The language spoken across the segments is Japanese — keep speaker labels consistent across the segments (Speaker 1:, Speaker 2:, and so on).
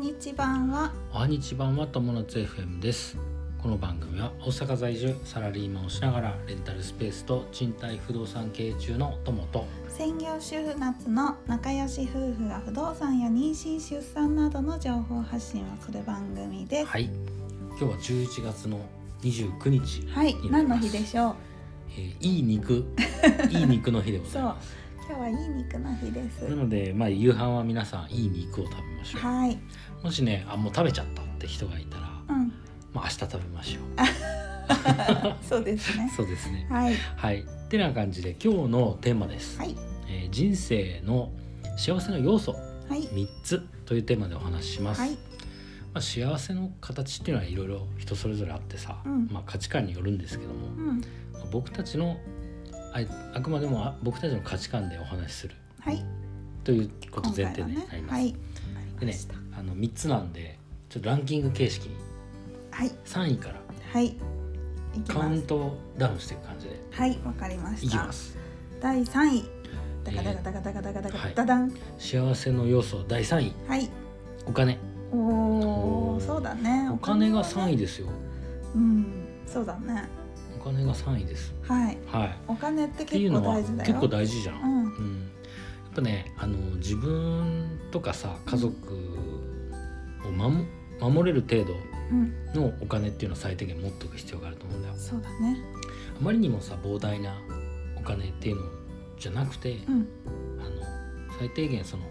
Speaker 1: 日版は
Speaker 2: おはにちばんは友達 FM ですこの番組は大阪在住サラリーマンをしながらレンタルスペースと賃貸不動産経営中の友と
Speaker 1: 専業主婦夏の仲良し夫婦が不動産や妊娠出産などの情報発信をする番組ですは
Speaker 2: はい今日は11月の29日、
Speaker 1: い、何の日でしょう
Speaker 2: えーい い肉いい肉の日でございます
Speaker 1: 今日はいい肉の日です
Speaker 2: なのでまあ夕飯は皆さんいい肉を食べましょ
Speaker 1: はい、
Speaker 2: うもしねあもう食べちゃったって人がいたら
Speaker 1: うん、
Speaker 2: まあ明日食べましょ
Speaker 1: そうです
Speaker 2: う
Speaker 1: ね
Speaker 2: そうですね
Speaker 1: はい
Speaker 2: はいってな感じで今日のテーマです、
Speaker 1: はい
Speaker 2: えー人生の幸せの要素
Speaker 1: はい
Speaker 2: 3つというテーマでお話しします、
Speaker 1: はい
Speaker 2: まあ、幸せの形っていうのはいろいろ人それぞれあってさ、
Speaker 1: うん
Speaker 2: まあ、価値観によるんですけど
Speaker 1: う
Speaker 2: も、
Speaker 1: ん
Speaker 2: 僕たちのああくまでもあ僕たちの価値観でお話しする
Speaker 1: はい
Speaker 2: ということ
Speaker 1: 今
Speaker 2: 前
Speaker 1: 回
Speaker 2: 提
Speaker 1: は
Speaker 2: に
Speaker 1: ね
Speaker 2: なります。
Speaker 1: はい
Speaker 2: でねあの3つなんでちょっとランキング形式に
Speaker 1: はい
Speaker 2: 3位から
Speaker 1: はいいき
Speaker 2: カ
Speaker 1: ま
Speaker 2: ウン
Speaker 1: す
Speaker 2: トダウンしていく感じで
Speaker 1: はいわかりま
Speaker 2: い
Speaker 1: し
Speaker 2: き
Speaker 1: た
Speaker 2: ます。
Speaker 1: 第三位ダカダカダカダカダカダカ
Speaker 2: はい
Speaker 1: ダダン
Speaker 2: 幸せの要素第3位
Speaker 1: はい
Speaker 2: お金
Speaker 1: お
Speaker 2: お
Speaker 1: お
Speaker 2: ー
Speaker 1: そうだね
Speaker 2: お金が3位
Speaker 1: 位
Speaker 2: ですよ
Speaker 1: うんそうだね
Speaker 2: お金が3位です
Speaker 1: はい
Speaker 2: はいっ
Speaker 1: お金って
Speaker 2: てい
Speaker 1: 結
Speaker 2: う
Speaker 1: 構
Speaker 2: のは
Speaker 1: 大事だよ
Speaker 2: 結構大事じゃん
Speaker 1: うん
Speaker 2: うん、やっぱねあの自分とかさ家族を守守れる程
Speaker 1: うん
Speaker 2: 度のお金っていうのを最低限持っておく必要があると思うんだよ。
Speaker 1: そうだね
Speaker 2: あまりにもさ膨大なお金っていうのじゃなくて、
Speaker 1: うん
Speaker 2: あの最低限その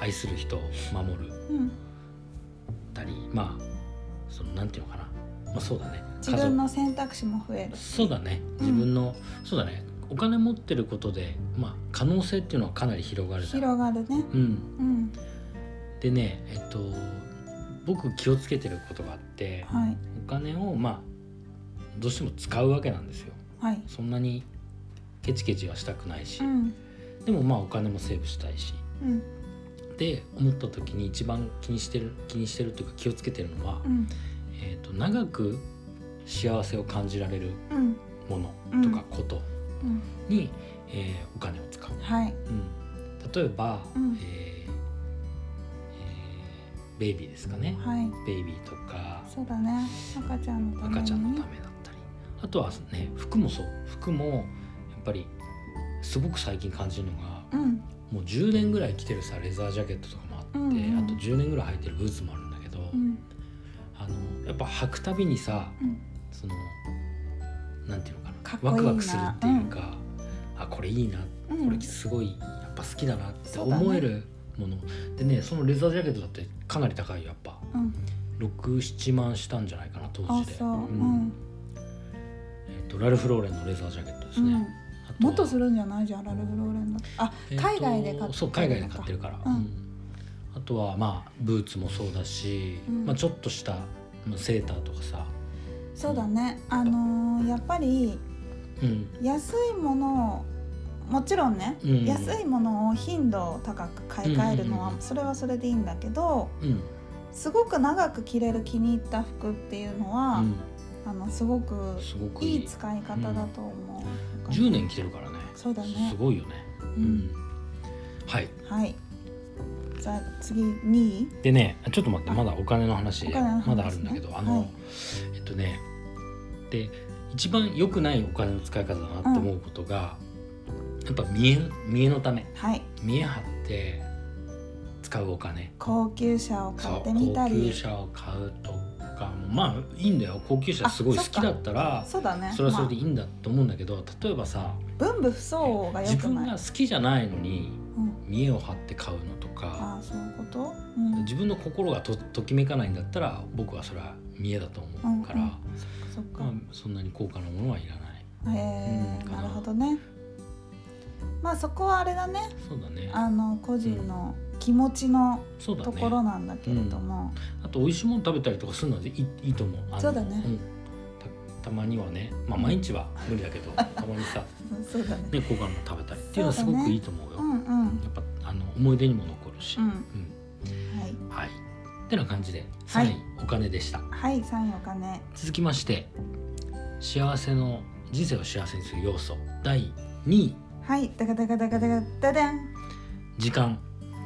Speaker 2: 愛する人を守る
Speaker 1: うん
Speaker 2: たりまあそのなんていうのかな、まあ、そうだね
Speaker 1: 自分の選択肢も増える
Speaker 2: そうだね
Speaker 1: うん
Speaker 2: 自分の、そうだねお金持ってることで、まあ、可能性っていうのはかなり広がるじゃん。
Speaker 1: 広がるね
Speaker 2: うん、
Speaker 1: うん
Speaker 2: でねえっと僕気をつけてることがあって
Speaker 1: はい
Speaker 2: お金をまあどうしても使うわけなんですよ
Speaker 1: はい
Speaker 2: そんなにケチケチはしたくないし、
Speaker 1: うん
Speaker 2: でもまあお金もセーブしたいし
Speaker 1: うん
Speaker 2: で思った時に一番気にしてる気にしてるというか気をつけてるのは、
Speaker 1: うん
Speaker 2: えっと長く幸せを感じられる
Speaker 1: うん
Speaker 2: もの
Speaker 1: うん
Speaker 2: とかこと
Speaker 1: うん
Speaker 2: に、えーお金を使う、
Speaker 1: はい
Speaker 2: うん、例えば、
Speaker 1: うん
Speaker 2: えーえーベイビーですかね、
Speaker 1: はい
Speaker 2: ベイビーとか
Speaker 1: そうだね赤ちゃんのためにね
Speaker 2: 赤ちゃんのためだったりあとはね服もそう服もやっぱりすごく最近感じるのが
Speaker 1: うん
Speaker 2: もう10年ぐらい着てるさレザージャケットとかもあって、
Speaker 1: うんうん
Speaker 2: あと10年ぐらい履いてるブーツもあるんだけど、
Speaker 1: うん
Speaker 2: あのやっぱ履くたびにさ
Speaker 1: うん
Speaker 2: そのなんていうのかな
Speaker 1: かっこいいな
Speaker 2: ワクワクするっていうか、あこれいいな
Speaker 1: う
Speaker 2: これ
Speaker 1: ん
Speaker 2: すごいやっぱ好きだなって
Speaker 1: そうだね
Speaker 2: 思えるもの、でねそのレザージャケットだってかなり高いよやっぱ
Speaker 1: うん
Speaker 2: 67万したんじゃないかな当
Speaker 1: あ
Speaker 2: 時で。
Speaker 1: そうう
Speaker 2: うん
Speaker 1: ん
Speaker 2: えっとラルフ・ローレンのレザージャケットですね、
Speaker 1: う
Speaker 2: あ
Speaker 1: ん
Speaker 2: と
Speaker 1: もっとするんじゃないじゃんラルフ・ローレンのあ
Speaker 2: えっと
Speaker 1: 海外で買ってる
Speaker 2: そう海外で買ってるから、
Speaker 1: うん
Speaker 2: あとはまあブーツもそうだし、
Speaker 1: うん
Speaker 2: まあ、ちょっとしたまあセーターとかさ、
Speaker 1: そうだねあのーやっぱり
Speaker 2: うん、
Speaker 1: 安いものをもちろんね、
Speaker 2: うん
Speaker 1: 安いものを頻度を高く買い替えるの
Speaker 2: うん
Speaker 1: は
Speaker 2: うんうん
Speaker 1: それはそれでいいんだけど
Speaker 2: うん
Speaker 1: すごく長く着れる気に入った服っていうのは、あのすごく
Speaker 2: うん、すごくいい
Speaker 1: いい使い方だと思う、
Speaker 2: 10年着てるからね
Speaker 1: そうだね
Speaker 2: すごいよね、
Speaker 1: う
Speaker 2: うん
Speaker 1: ん、
Speaker 2: はい
Speaker 1: はいじゃあ次2位
Speaker 2: でねちょっと待ってまだお金の話
Speaker 1: お金の話ね
Speaker 2: まだあるんだけどあの、
Speaker 1: はい
Speaker 2: えっとねで一番良くないお金の使い方だなって思うことが、やっぱ見え見えのため
Speaker 1: はい
Speaker 2: 見え張って使うお金
Speaker 1: 高級車を買
Speaker 2: そ
Speaker 1: っ
Speaker 2: う
Speaker 1: てみた
Speaker 2: 高級
Speaker 1: り
Speaker 2: 車を買うとかもまあいいんだよ高級車すごい
Speaker 1: あ
Speaker 2: 好
Speaker 1: そっか
Speaker 2: きだったらそ
Speaker 1: そうだね
Speaker 2: れはそれでい
Speaker 1: ま
Speaker 2: いんだと思うんだけど例えばさ
Speaker 1: あ分部不相応が
Speaker 2: 自
Speaker 1: 良くな
Speaker 2: 分
Speaker 1: い
Speaker 2: が好きじゃないのに
Speaker 1: うん、
Speaker 2: 見栄を張って買うのと
Speaker 1: あ
Speaker 2: か
Speaker 1: あそういうこと、うん、
Speaker 2: 自分の心がとときめかないんだったら僕はそれは見栄だと思うから、
Speaker 1: うんうんそっか、
Speaker 2: まあ、そんなに高価なものはいらない
Speaker 1: へえ
Speaker 2: うん
Speaker 1: なるほどねまあそこはあれだね
Speaker 2: そうだね
Speaker 1: あの個人の気持ちの
Speaker 2: そうだ
Speaker 1: と
Speaker 2: ね
Speaker 1: ころなんだけれども、
Speaker 2: あと美味しいもの食べたりとかするのでいいいいと思うあの
Speaker 1: そうだね
Speaker 2: んたたまにはねまあ毎日は無理だけどたまにさ
Speaker 1: うんそうだね
Speaker 2: ね、交換も食べたりっていうのはすごくいいと思うよ。
Speaker 1: うんうん
Speaker 2: やっぱあの思い出にも残るし、
Speaker 1: うん
Speaker 2: う
Speaker 1: はい
Speaker 2: んはい。ってな感じで
Speaker 1: は
Speaker 2: 3
Speaker 1: い
Speaker 2: 位、お金でした。
Speaker 1: はい3位お金
Speaker 2: 続きまして幸せの人生を幸せにする要素第2位
Speaker 1: はいダカダカダカダカダデン
Speaker 2: 時間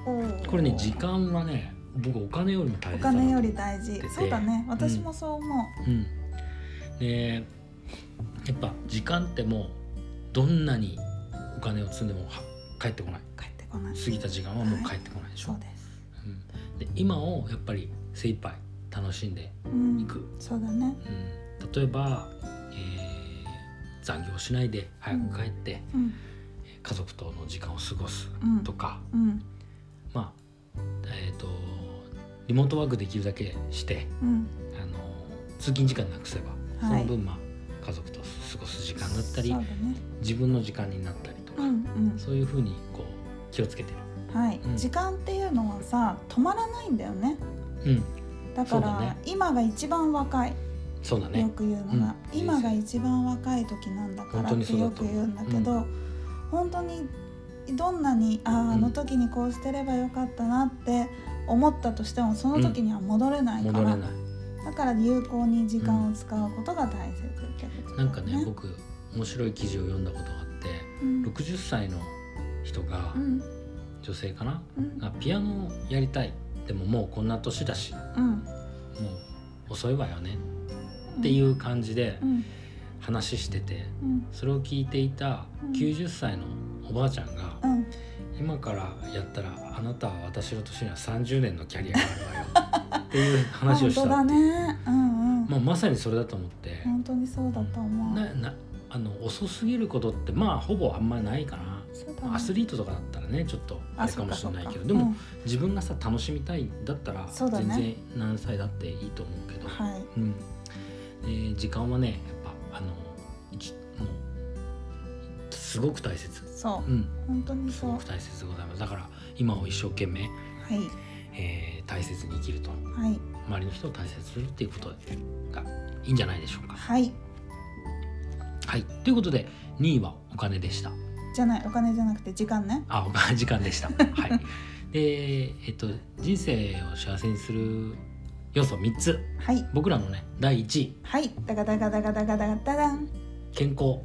Speaker 1: おー
Speaker 2: これね時間はね僕お金よりも大
Speaker 1: お
Speaker 2: 切だなと
Speaker 1: 金より大事
Speaker 2: 出て
Speaker 1: そうだね私もそう思
Speaker 2: うん、でやっぱ時間ってもうどんなにお金を積んでもは帰ってこないう
Speaker 1: 帰ってこない
Speaker 2: 過ぎた時間はもう帰ってこないでしょ、
Speaker 1: そうです
Speaker 2: うん、で今をやっぱり精一杯楽しんで、
Speaker 1: うん
Speaker 2: 行く
Speaker 1: そうだね
Speaker 2: うん、例えば、えー残業しないで早く帰って、
Speaker 1: うん
Speaker 2: 家族との時間を過ごす
Speaker 1: うん
Speaker 2: とか、
Speaker 1: うん
Speaker 2: まあえっ、とリモートワークできるだけして
Speaker 1: うん
Speaker 2: あの通勤時間なくせば、そ
Speaker 1: はい
Speaker 2: の分まあ家族と過ごす時間だったり
Speaker 1: そうだね
Speaker 2: 自分の時間になったりと
Speaker 1: う
Speaker 2: か、
Speaker 1: んうん
Speaker 2: そういうふうにこう気をつけて
Speaker 1: はい、
Speaker 2: うん
Speaker 1: 時間っていうのはさ止まらないんだよね
Speaker 2: るうん
Speaker 1: だから
Speaker 2: そうだね
Speaker 1: 今が一番若い、
Speaker 2: そうだ
Speaker 1: よ
Speaker 2: ね
Speaker 1: く言うのが、
Speaker 2: うん
Speaker 1: 今が一番若い時なんだからっ
Speaker 2: 本当に
Speaker 1: て
Speaker 2: そうだ
Speaker 1: よ
Speaker 2: と
Speaker 1: く
Speaker 2: 思う
Speaker 1: 言うんだけど、本当にどんなにあ
Speaker 2: ん
Speaker 1: ああの時にこうしてればよかったなって思ったとしてもその時には戻れないか
Speaker 2: 戻れ
Speaker 1: ら、
Speaker 2: ない
Speaker 1: だから有効に時間を使うことが大切ってことだよね
Speaker 2: なんかね僕面白い記事を読んだことがあって
Speaker 1: うん
Speaker 2: 60歳の人が、
Speaker 1: うん
Speaker 2: 女性かな
Speaker 1: うん
Speaker 2: がピアノをやりたいでももうこんな年だしも
Speaker 1: うん
Speaker 2: う遅いわよねっていう感じで
Speaker 1: うん
Speaker 2: 話してて
Speaker 1: うん
Speaker 2: それを聞いていた
Speaker 1: うん
Speaker 2: 90歳のおばあちゃんが
Speaker 1: うんうん
Speaker 2: 今からやったらあなたは私の年には30年のキャリアがあるわよっていう話をし
Speaker 1: 本当
Speaker 2: た
Speaker 1: だ
Speaker 2: っていう、
Speaker 1: ねうんうん、
Speaker 2: まあ、まさにそれだと思って、
Speaker 1: 本当にそうだと思う、
Speaker 2: ななあの遅すぎることってまあほぼあんまないかな、
Speaker 1: そうだね
Speaker 2: アスリートとかだったらねちょっとあ
Speaker 1: あ
Speaker 2: れか
Speaker 1: そう
Speaker 2: も
Speaker 1: か
Speaker 2: しれないけ
Speaker 1: そうか
Speaker 2: どでも、
Speaker 1: うん
Speaker 2: 自分がさ楽しみたいだったら、
Speaker 1: そうだ
Speaker 2: 全
Speaker 1: ね
Speaker 2: 然何歳だっていいと思うけど、
Speaker 1: はい
Speaker 2: うんえー時間はねやっぱあの一もうすごく大切
Speaker 1: そう
Speaker 2: うん
Speaker 1: 本当に
Speaker 2: す
Speaker 1: そう
Speaker 2: ご
Speaker 1: は
Speaker 2: く大切でございますだから今を一生懸命、
Speaker 1: い
Speaker 2: えー大切に生きると
Speaker 1: はい
Speaker 2: 周りの人を大切にするっていうことがいいんじゃないでしょうか
Speaker 1: はい
Speaker 2: はいということで2位はお金でした
Speaker 1: じゃないお金じゃなくて時間ね
Speaker 2: あ、お金時 間でした。はい。で、えっと人生を幸せにする要素3つ。
Speaker 1: はい
Speaker 2: 僕らのね、第1位、
Speaker 1: はいダガダガダガダガダガダダン
Speaker 2: 健康。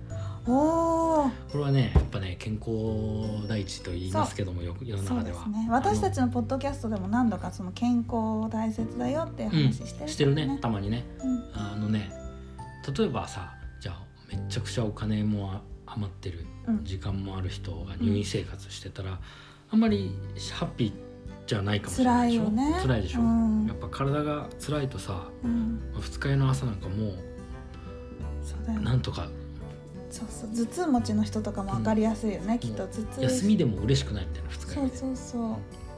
Speaker 1: おお
Speaker 2: これはね、やっぱね、健康第一と言いますけども、よく世の
Speaker 1: そう
Speaker 2: 中
Speaker 1: で
Speaker 2: ですは。
Speaker 1: ね私たちのポッドキャストでも何度かその健康を大切だよっていう話してる
Speaker 2: してるね、
Speaker 1: ね
Speaker 2: たまにね。
Speaker 1: うん
Speaker 2: あのね、例えばさ、じゃあめちゃくちゃお金も余ってる、
Speaker 1: うん
Speaker 2: 時間もある人が入院生活してたら、あんまりハッピーじゃないかもしれな
Speaker 1: 辛
Speaker 2: い
Speaker 1: い
Speaker 2: でしょ。
Speaker 1: よね
Speaker 2: 辛いでしょ。
Speaker 1: うん
Speaker 2: やっぱ体が辛いとさ、
Speaker 1: うん
Speaker 2: 二日酔いの朝なんかも
Speaker 1: そうだよ
Speaker 2: う
Speaker 1: ね
Speaker 2: なんとか
Speaker 1: そうそう頭痛持ちの人とかも分かりやすいよね、きっと頭痛
Speaker 2: 休みでも嬉しくないみたいな二日
Speaker 1: そ
Speaker 2: 酔いう
Speaker 1: そうそう
Speaker 2: な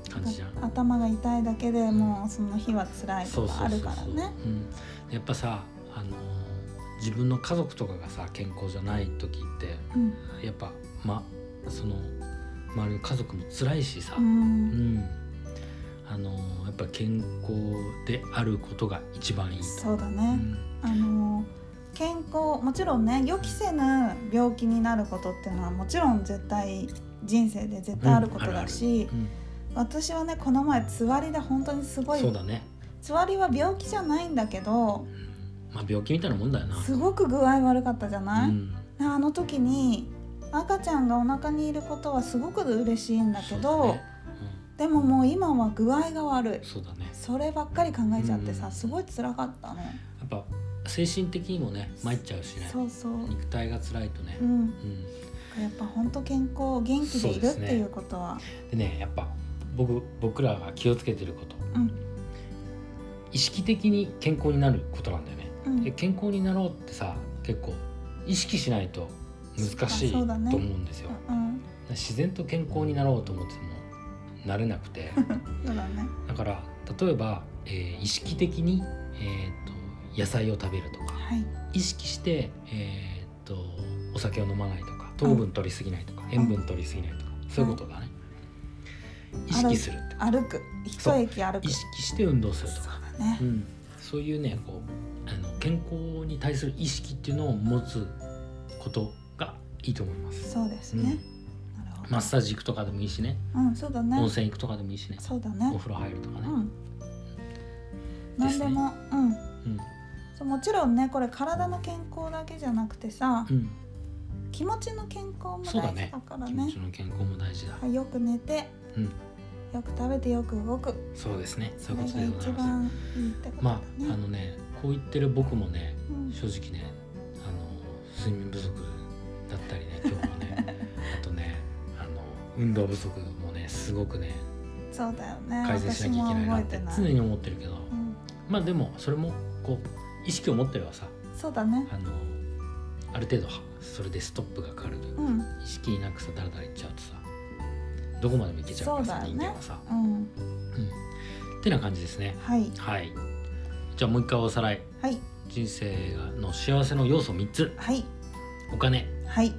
Speaker 2: 感じじゃん。
Speaker 1: 頭が痛いだけでもうその日は辛い
Speaker 2: そ
Speaker 1: と
Speaker 2: う
Speaker 1: か
Speaker 2: そう
Speaker 1: あ
Speaker 2: そ
Speaker 1: る
Speaker 2: う
Speaker 1: から
Speaker 2: そう。
Speaker 1: ね
Speaker 2: うん、やっぱさあのー自分の家族とかがさ健康じゃない時って
Speaker 1: うん
Speaker 2: やっぱまその周りの家族も辛いしさ、
Speaker 1: う
Speaker 2: うん
Speaker 1: ん
Speaker 2: あのーやっぱ健康であることが一番いいと。
Speaker 1: そうだ
Speaker 2: う
Speaker 1: ね、
Speaker 2: ん
Speaker 1: あの健康もちろんね予期せぬ病気になることっていうのはもちろん絶対人生で絶対あることだし、
Speaker 2: うん
Speaker 1: 私はねこの前つわりで本当にすごい
Speaker 2: そうだね、
Speaker 1: つわりは病気じゃないんだけど
Speaker 2: うんまあ病気みたいなもんだよな。
Speaker 1: すごく具合悪かったじゃない、
Speaker 2: うん
Speaker 1: であの時に赤ちゃんがお腹にいることはすごく嬉しいんだけ
Speaker 2: そう
Speaker 1: ど
Speaker 2: ね
Speaker 1: でももう今は具合が悪い
Speaker 2: うんそうだね。
Speaker 1: そればっかり考えちゃってさ、
Speaker 2: うん
Speaker 1: すごい辛かったの、
Speaker 2: やっぱ精神的にもね参っちゃうしね
Speaker 1: そうそう
Speaker 2: 肉体が辛いとね
Speaker 1: う、ん
Speaker 2: うん
Speaker 1: やっぱ本当健康元気でいるっていうことは
Speaker 2: でねやっぱ僕僕らが気をつけてること
Speaker 1: うん
Speaker 2: 意識的に健康になることなんだよね、
Speaker 1: う
Speaker 2: で
Speaker 1: ん
Speaker 2: 健康になろうってさ結構意識しないと難しい
Speaker 1: そ
Speaker 2: と
Speaker 1: う
Speaker 2: 思
Speaker 1: だね
Speaker 2: うんですよ、
Speaker 1: うん
Speaker 2: 自然と健康になろうと思ってもなれなく て
Speaker 1: そうだね
Speaker 2: だから例えば、えー意識的に、えーと野菜を食べるとか
Speaker 1: はい
Speaker 2: 意識して、えー、とお酒を飲まないとか糖分取りすぎないとか、塩分取りすぎないとか、そういうことだね、意識するって
Speaker 1: 歩く一駅歩く
Speaker 2: 意識して運動すると
Speaker 1: そ
Speaker 2: か、
Speaker 1: うだね
Speaker 2: うん、そういうねこうあの健康に対する意識っていうのを持つことがいいと思います、
Speaker 1: そうです
Speaker 2: うん
Speaker 1: ね、なるほど
Speaker 2: マッサージ行くとかでもいいしね
Speaker 1: うんそうだ
Speaker 2: 温
Speaker 1: ね
Speaker 2: 泉行くとかでもいいしね
Speaker 1: そうだ
Speaker 2: お
Speaker 1: ね
Speaker 2: 風呂入るとか
Speaker 1: う
Speaker 2: ね、
Speaker 1: ん
Speaker 2: で
Speaker 1: 何
Speaker 2: すね
Speaker 1: でもうん
Speaker 2: うん
Speaker 1: そうもちろんねこれ体の健康だけじゃなくてさ
Speaker 2: うん
Speaker 1: 気持ちの健康も
Speaker 2: そうだ
Speaker 1: 大
Speaker 2: ね
Speaker 1: 事だから
Speaker 2: 気持
Speaker 1: ね
Speaker 2: ちの健康も大事だ、
Speaker 1: よく寝て
Speaker 2: うん
Speaker 1: やよく食べてよく動く
Speaker 2: そうですねそ
Speaker 1: そう
Speaker 2: いう
Speaker 1: れ
Speaker 2: こと
Speaker 1: が
Speaker 2: でござ
Speaker 1: 一
Speaker 2: います
Speaker 1: 番いいってことだ
Speaker 2: ま
Speaker 1: ね、
Speaker 2: ああのねこう言ってる僕もね
Speaker 1: うん
Speaker 2: 正直ねあの睡眠不足だった りね今日もねあとねあの運動不足もねすごくね
Speaker 1: そうだよね
Speaker 2: 改善しなきゃいけないなっ
Speaker 1: 私
Speaker 2: て
Speaker 1: も
Speaker 2: 常
Speaker 1: 覚えてない、
Speaker 2: に思ってるけど
Speaker 1: うん、
Speaker 2: まあでもそれもこう意識を持ってればさ
Speaker 1: そうだね
Speaker 2: あのある程度はそれでストップがかかるというか
Speaker 1: うん
Speaker 2: 意識なくさだらだらいっちゃうとさどこまでもいけちゃうからさ、
Speaker 1: そうだよ
Speaker 2: 人
Speaker 1: ね
Speaker 2: 間はさ。
Speaker 1: うん
Speaker 2: うん、ってな感じですね。
Speaker 1: はい
Speaker 2: はいじゃあもう一回おさらい
Speaker 1: はい
Speaker 2: 人生の幸せの要素3つ
Speaker 1: はい
Speaker 2: お金
Speaker 1: はい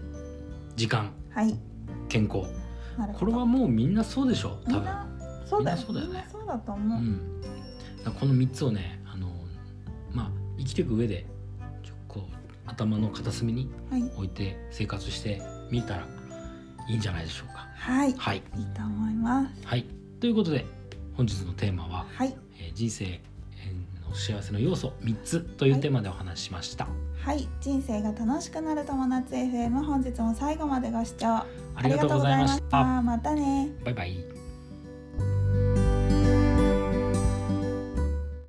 Speaker 2: 時間
Speaker 1: はい
Speaker 2: 健康
Speaker 1: なるほど
Speaker 2: これはもうみんなそうでしょ
Speaker 1: みん
Speaker 2: 多分
Speaker 1: なそうだよ
Speaker 2: みんなそうだよね
Speaker 1: みんなそうだと
Speaker 2: う
Speaker 1: 思う、
Speaker 2: ん、だからこの3つをねあのまあ生きていく上でちょっとこう頭の片隅に
Speaker 1: はい
Speaker 2: 置いて生活してみたらいいんじゃないでしょうか
Speaker 1: はい
Speaker 2: はい
Speaker 1: いいと思います
Speaker 2: はいということで本日のテーマは
Speaker 1: はい
Speaker 2: 「えー人生の幸せの要素3つ」というテーマでお話ししました、
Speaker 1: はい人生が楽しくなる友達 FM 本日も最後までご視聴
Speaker 2: ありがとうございました
Speaker 1: ありがとうございましたまたね
Speaker 2: バイバイ